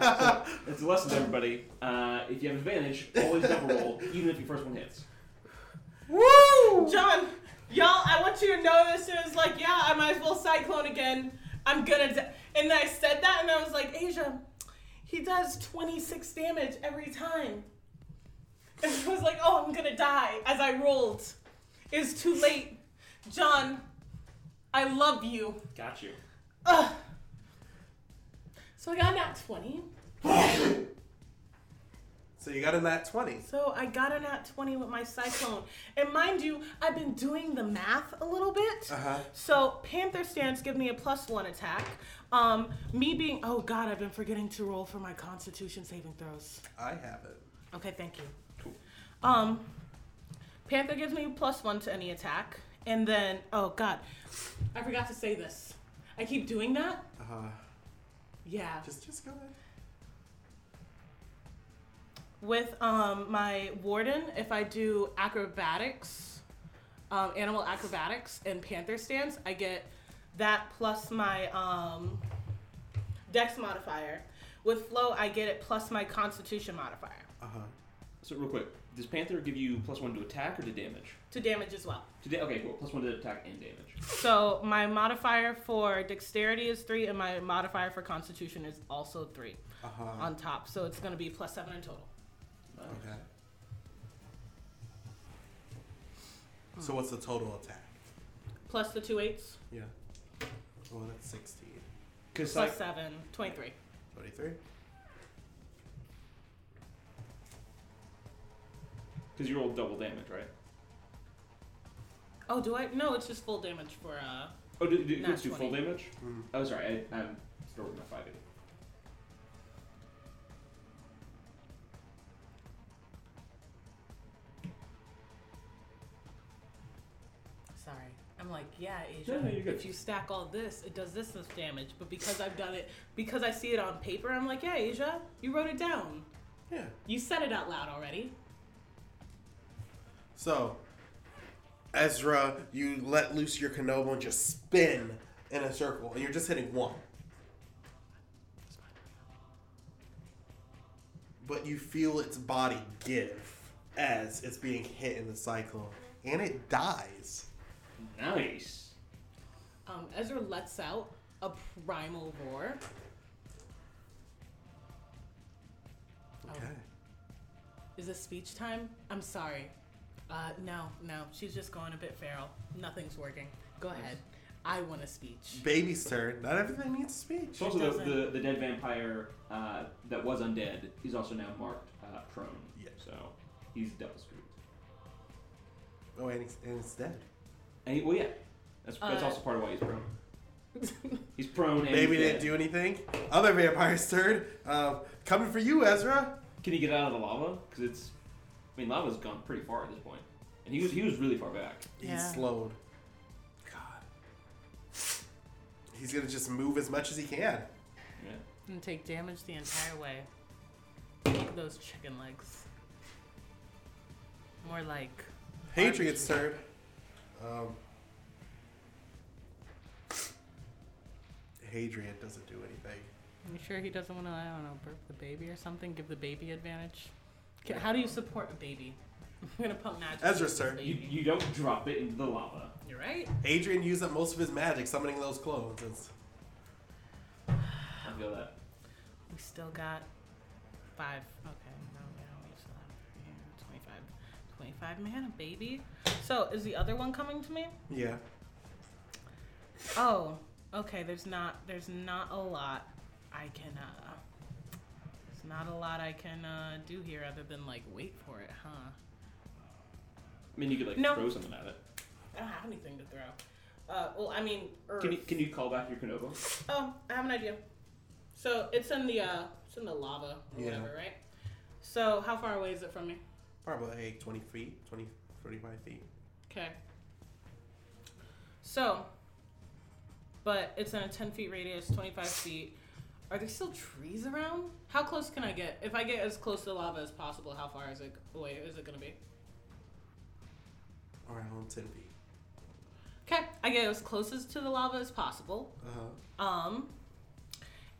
Speaker 2: god!
Speaker 3: It's a lesson to everybody. Uh, if you have advantage, always double roll, even if your first one hits.
Speaker 1: Woo!
Speaker 2: John, y'all, I want you to know this. It was like, yeah, I might as well cyclone again. I'm gonna. Di-. And I said that, and I was like, Asia, he does 26 damage every time. And I was like, oh, I'm gonna die as I rolled. It's too late. John, I love you.
Speaker 3: Got you.
Speaker 2: Ugh. So I got that 20.
Speaker 1: So you got in that twenty.
Speaker 2: So I got a nat 20 with my cyclone. And mind you, I've been doing the math a little bit.
Speaker 1: Uh-huh.
Speaker 2: So Panther stance give me a plus one attack. Um, me being oh god, I've been forgetting to roll for my constitution saving throws.
Speaker 1: I have it.
Speaker 2: Okay, thank you. Um Panther gives me plus one to any attack. And then oh god. I forgot to say this. I keep doing that?
Speaker 1: Uh
Speaker 2: Yeah.
Speaker 1: Just just go ahead.
Speaker 2: with um, my warden if I do acrobatics, um, animal acrobatics, and panther stance, I get that plus my um, dex modifier. With flow, I get it plus my constitution modifier
Speaker 1: Uh huh.
Speaker 3: So real quick, does Panther give you plus one to attack or to damage?
Speaker 2: to damage as well.
Speaker 3: To da- okay, cool. Plus one to attack and damage.
Speaker 2: So my modifier for dexterity is three, and my modifier for constitution is also three
Speaker 1: Uh huh.
Speaker 2: on top. So it's going to be plus seven in total.
Speaker 3: Nice.
Speaker 1: Okay. So what's the total attack?
Speaker 2: Plus the two eights,
Speaker 1: Yeah. Oh, that's 16.
Speaker 3: Cause
Speaker 2: plus
Speaker 3: like,
Speaker 2: seven, 23.
Speaker 1: 23?
Speaker 3: cause you rolled double damage, right?
Speaker 2: Oh, do I? No, it's just full damage for uh,
Speaker 3: Oh, do, do,
Speaker 2: Nat
Speaker 3: let's do full
Speaker 2: 20.
Speaker 3: damage.
Speaker 1: Mm.
Speaker 3: Oh, sorry, I, I'm still with my five eight.
Speaker 2: Sorry. I'm like, yeah,
Speaker 3: No,
Speaker 2: Asia.
Speaker 3: no, you're good.
Speaker 2: If you stack all this, it does this much damage. But because I've done it, because I see it on paper, I'm like, yeah, Asia, you wrote it down.
Speaker 1: Yeah.
Speaker 2: You said it out loud already.
Speaker 1: So, Ezra, you let loose your Kenobo and just spin in a circle, and you're just hitting one. But you feel its body give as it's being hit in the cyclone, and it dies.
Speaker 3: Nice.
Speaker 2: Um, Ezra lets out a primal roar. Oh,
Speaker 1: Okay.
Speaker 2: is this speech time? I'm sorry. Uh, no, no. She's just going a bit feral. Nothing's working. Go ahead. I want a speech.
Speaker 1: Baby's turn. Not everything needs speech.
Speaker 3: So also the,
Speaker 2: doesn't-
Speaker 3: the, the dead vampire uh, that was undead is also now marked uh, prone.
Speaker 1: Yeah.
Speaker 3: So he's double screwed.
Speaker 1: Oh, and it's, and it's dead.
Speaker 3: And he, well, yeah, that's, that's
Speaker 2: Uh,
Speaker 3: also part of why he's prone. He's prone. And
Speaker 1: Baby
Speaker 3: he's
Speaker 1: didn't
Speaker 3: dead.
Speaker 1: do anything. Other vampire's turn. Uh, coming for you, Ezra.
Speaker 3: Can he get out of the lava? Because it's, I mean, lava's gone pretty far at this point, and he was he was really far back.
Speaker 1: He's
Speaker 2: Yeah.
Speaker 1: slowed. God. He's gonna just move as much as he can.
Speaker 3: Yeah.
Speaker 2: and take damage the entire way. Look at those chicken legs. More like
Speaker 1: Patriots turn. Um, Um, Hadrian doesn't do anything.
Speaker 2: You sure he doesn't want to, I don't know, burp the baby or something? Give the baby advantage? Ca- How do you support a baby? I'm going to pump magic.
Speaker 1: Ezra,
Speaker 2: into this
Speaker 1: sir.
Speaker 3: You,
Speaker 2: baby.
Speaker 3: you don't drop it into the lava.
Speaker 2: You're right.
Speaker 1: Hadrian used up most of his magic summoning those clones. It's-
Speaker 3: I feel that.
Speaker 2: We still got five. Okay, no, no, we still have 25. 25 mana, baby. So, is the other one coming to me?
Speaker 1: yeah.
Speaker 2: Oh, okay. There's not. There's not a lot I can. uh There's not a lot I can uh do here other than like wait for it, huh?
Speaker 3: I mean, you could like
Speaker 2: No.
Speaker 3: throw something at it.
Speaker 2: I don't have anything to throw. Uh, well, I mean, Earth.
Speaker 3: Can you, can you call back your Canova?
Speaker 2: Oh, I have an idea. So it's in the uh, it's in the lava or
Speaker 1: Yeah.
Speaker 2: whatever, right? So how far away is it from me?
Speaker 1: Probably like 20 feet, 20, 35 feet.
Speaker 2: Okay. So, but it's in a 10 feet radius, 25 feet. Are there still trees around? How close can I get? If I get as close to the lava as possible, how far is it away? Is it gonna be?
Speaker 1: Around 10 feet.
Speaker 2: Okay, I get as close as to the lava as possible.
Speaker 1: Uh huh.
Speaker 2: Um,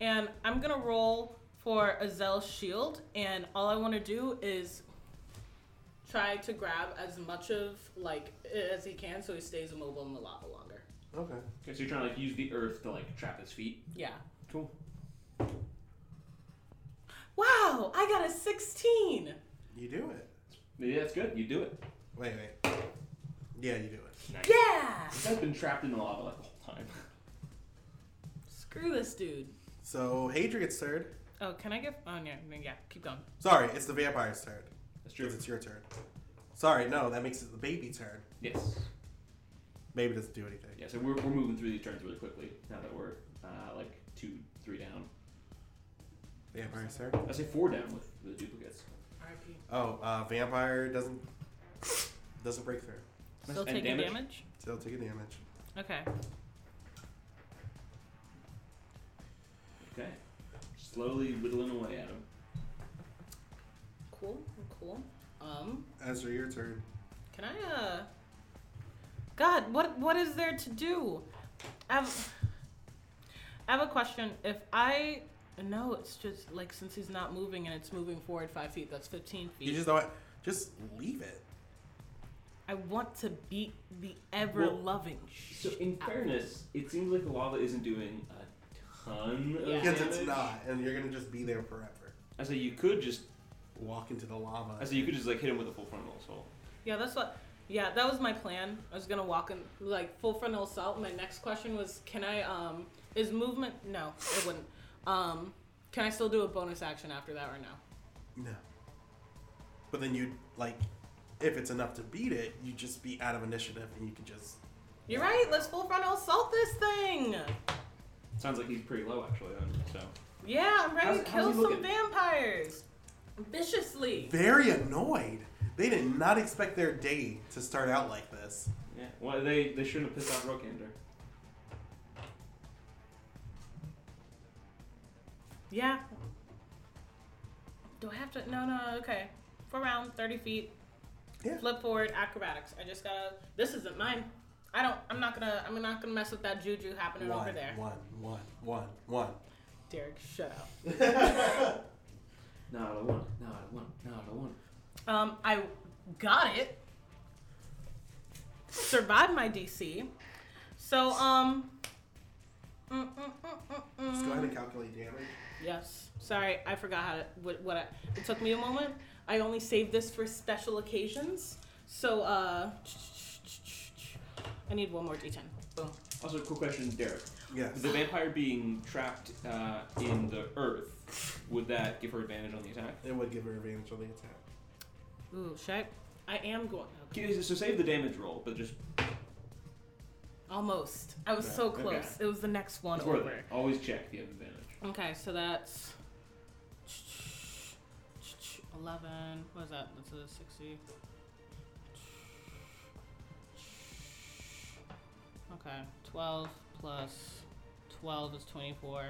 Speaker 2: and I'm gonna roll for Azel's shield, and all I want to do is try to grab as much of like as he can, so he stays immobile in the lava longer.
Speaker 1: Okay.
Speaker 3: Okay, so you're trying to like use the earth to like trap his feet.
Speaker 2: Yeah.
Speaker 3: Cool.
Speaker 2: Wow, I got a 16.
Speaker 1: You do it.
Speaker 3: Yeah, that's good. You do it.
Speaker 1: Wait, wait. Yeah, you do it.
Speaker 3: Nice.
Speaker 2: Yeah.
Speaker 3: This guy's been trapped in the lava like the whole time.
Speaker 2: Screw this dude.
Speaker 1: So Hadrian's turn.
Speaker 2: Oh, can I get? Oh yeah, yeah. Keep going.
Speaker 1: Sorry, it's the vampire's turn.
Speaker 3: That's true.
Speaker 1: Because it's your turn. Sorry, no, that makes it the baby turn.
Speaker 3: Yes.
Speaker 1: Baby doesn't do anything.
Speaker 3: Yeah, so we're, we're moving through these turns really quickly now that we're uh, like two, three down.
Speaker 1: Vampire's turn.
Speaker 3: I say four down with the duplicates.
Speaker 2: R.I.P.
Speaker 1: Oh, uh, vampire doesn't doesn't break through.
Speaker 2: Still
Speaker 3: And
Speaker 2: taking
Speaker 3: damage?
Speaker 2: damage?
Speaker 1: Still taking damage.
Speaker 2: Okay.
Speaker 3: Okay. Slowly whittling away at him.
Speaker 2: Cool. Cool. Um,
Speaker 1: Ezra, your turn.
Speaker 2: can I? uh... God, what what is there to do? I have, I have a question. If I no, it's just like since he's not moving and it's moving forward five feet, that's fifteen feet.
Speaker 1: You just don't. Just leave it.
Speaker 2: I want to beat the ever loving.
Speaker 3: So, in fairness, it seems like the lava isn't doing a ton of
Speaker 2: Yeah.
Speaker 1: Because
Speaker 3: damage.
Speaker 1: it's not, and you're gonna just be there forever.
Speaker 3: I say you could just.
Speaker 1: Walk into the
Speaker 3: I
Speaker 1: lava.
Speaker 3: say you could just like hit him with a full frontal assault.
Speaker 2: Yeah, that's what. Yeah, that was my plan. I was gonna walk in like full frontal assault. My next question was, can I? Um, is movement? No, it wouldn't. Um, can I still do a bonus action after that or no?
Speaker 1: No. But then you like, if it's enough to beat it, you just be out of initiative, and you can just.
Speaker 2: You're right. Let's full frontal assault this thing.
Speaker 3: Sounds like he's pretty low actually. Then, so
Speaker 2: Yeah, I'm ready
Speaker 3: How's-
Speaker 2: to
Speaker 3: how's
Speaker 2: kill
Speaker 3: he
Speaker 2: some
Speaker 3: looking?
Speaker 2: vampires viciously.
Speaker 1: Very annoyed. They did not expect their day to start out like this.
Speaker 3: yeah, well they they shouldn't have pissed off Rokander.
Speaker 2: Yeah. Do I have to? No, no. Okay, for round thirty feet.
Speaker 1: Yeah.
Speaker 2: Flip forward acrobatics. I just gotta. This isn't mine. I don't. I'm not gonna. I'm not gonna mess with that juju happening
Speaker 1: One,
Speaker 2: over there.
Speaker 1: one, one, one, one.
Speaker 2: Derek, shut up.
Speaker 3: Not a one. Not a one. Not a one.
Speaker 2: Um, I got it. Survived my DC. So um. mm, mm, mm, mm, mm.
Speaker 1: Just go ahead and calculate damage.
Speaker 2: Yes. Sorry, I forgot how to. What, what I, it took me a moment. I only saved this for special occasions. So, uh, I need one more d10. Boom.
Speaker 3: Also, quick question, Derek.
Speaker 1: Yes.
Speaker 3: The vampire being trapped uh, in the earth would that give her advantage on the attack?
Speaker 1: It would give her advantage on the attack.
Speaker 2: Ooh, shit. I am going. Okay.
Speaker 3: Okay, So save the damage roll, but just
Speaker 2: Almost. I was so
Speaker 3: Okay.
Speaker 2: close. It was the next one
Speaker 3: it's worth
Speaker 2: over.
Speaker 3: it. Always check if you have advantage.
Speaker 2: Okay, so that's 11. What is that? That's a 60. Okay, 12 plus 12 is 24,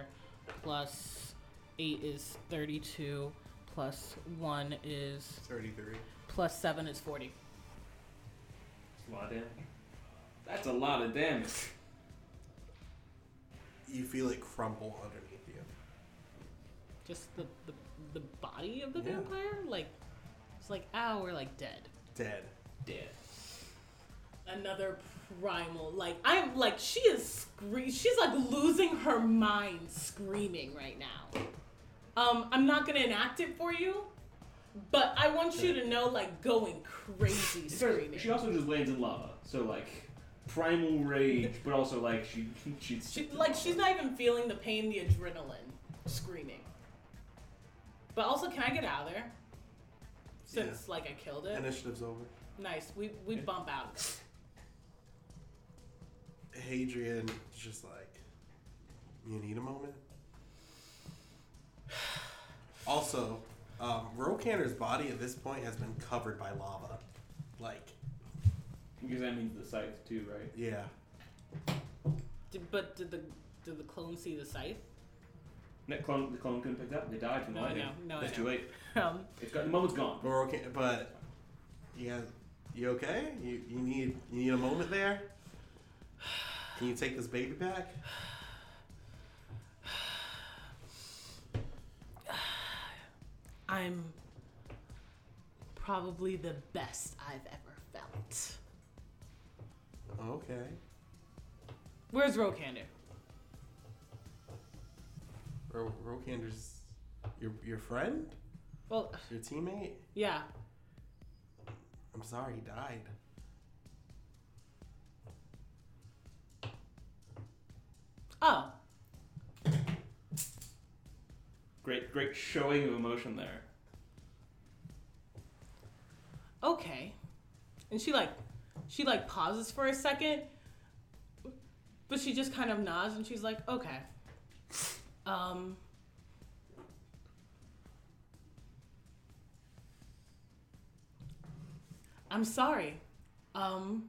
Speaker 2: plus 8 is 32, plus 1 is,
Speaker 1: 33.
Speaker 2: plus 7 is 40.
Speaker 3: a lot of damage. That's a lot of damage.
Speaker 1: You feel it crumble underneath you.
Speaker 2: Just the, the, the body of the
Speaker 1: Yeah.
Speaker 2: vampire? Like, it's like, ow, we're like dead.
Speaker 1: Dead.
Speaker 3: Dead.
Speaker 2: Another primal. Like, I'm like, she is screaming. She's like losing her mind screaming right now. Um, I'm not going to enact it for you, but I want you to know, like, going crazy screaming.
Speaker 3: She also just lands in lava, so like primal rage, but also like she she's
Speaker 2: She, like she's not even feeling the pain, the adrenaline, screaming. But also, can I get out of there? Since like I killed it.
Speaker 1: Initiative's over.
Speaker 2: nice. We we bump out.
Speaker 1: Hadrian is just like, you need a moment. Also, um, Rokander's body at this point has been covered by lava. Like,
Speaker 3: because that means the scythe too, right?
Speaker 1: yeah.
Speaker 2: Did, but did the did the clone see the scythe?
Speaker 3: That clone the clone couldn't pick that. up. They died from
Speaker 2: No, I
Speaker 3: lightning.
Speaker 2: know. No, I
Speaker 3: it's
Speaker 2: know.
Speaker 3: too late.
Speaker 2: Um,
Speaker 3: It's got the moment's gone.
Speaker 1: But Rokan, but yeah, you okay? You you need you need a moment there. Can you take this baby back?
Speaker 2: I'm probably the best I've ever felt.
Speaker 1: Okay.
Speaker 2: Where's Rokander?
Speaker 1: Ro- Rokander's your your friend,
Speaker 2: Well,
Speaker 1: your teammate.
Speaker 2: yeah.
Speaker 1: I'm sorry, he died.
Speaker 2: Oh,
Speaker 3: Great great showing of emotion there.
Speaker 2: okay. And she like she like pauses for a second, but she just kind of nods and she's like, okay. Um I'm sorry. Um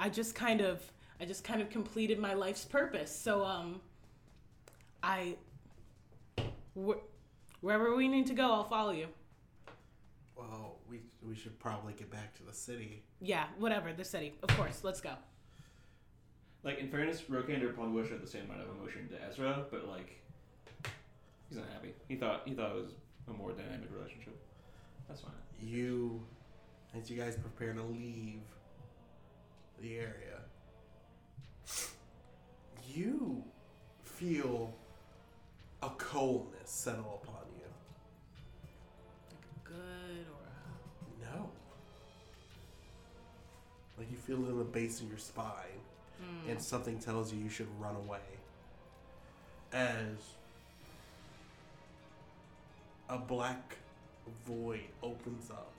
Speaker 2: I just kind of I just kind of completed my life's purpose. So um I wh- wherever we need to go, I'll follow you.
Speaker 1: Well, we we should probably get back to the city.
Speaker 2: Yeah, whatever, the city. Of course, let's go.
Speaker 3: Like in fairness, Rokander probably would have showed the same amount of emotion to Ezra, but like he's not happy. He thought he thought it was a more dynamic relationship. That's fine.
Speaker 1: you as you guys prepare to leave the area you feel a coldness settle upon you
Speaker 2: Good or
Speaker 1: no like you feel it in the base of your spine and something tells you you should run away as a black void opens up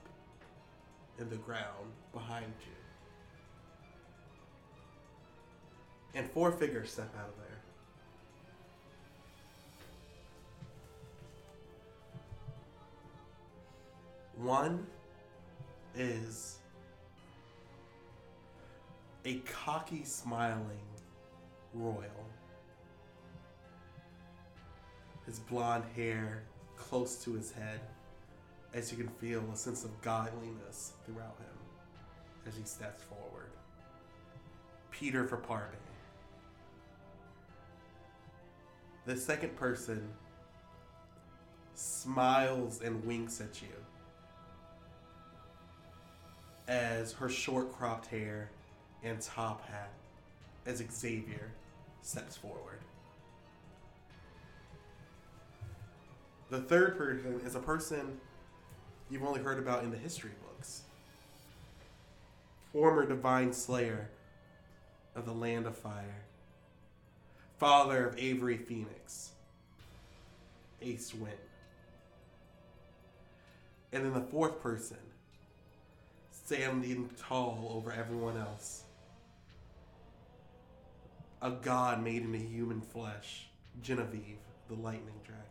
Speaker 1: in the ground behind you. And four figures step out of there. One is a cocky smiling royal. His blonde hair close to his head, as you can feel a sense of godliness throughout him as he steps forward. Peter for Parvati. The second person smiles and winks at you as her short cropped hair and top hat as Xavier steps forward. The third person is a person you've only heard about in the history books. Former divine slayer of the land of fire, father of Avery Phoenix, Ace Wynn. And then the fourth person, standing tall over everyone else, a god made into human flesh, Genevieve, the lightning dragon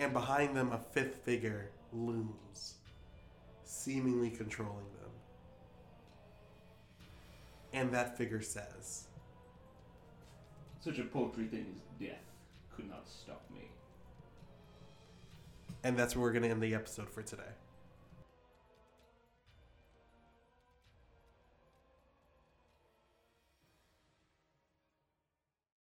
Speaker 1: and behind them a fifth figure looms, seemingly controlling them. And that figure says,
Speaker 3: Such a paltry thing as death could not stop me.
Speaker 1: and that's where we're going to end the episode for today.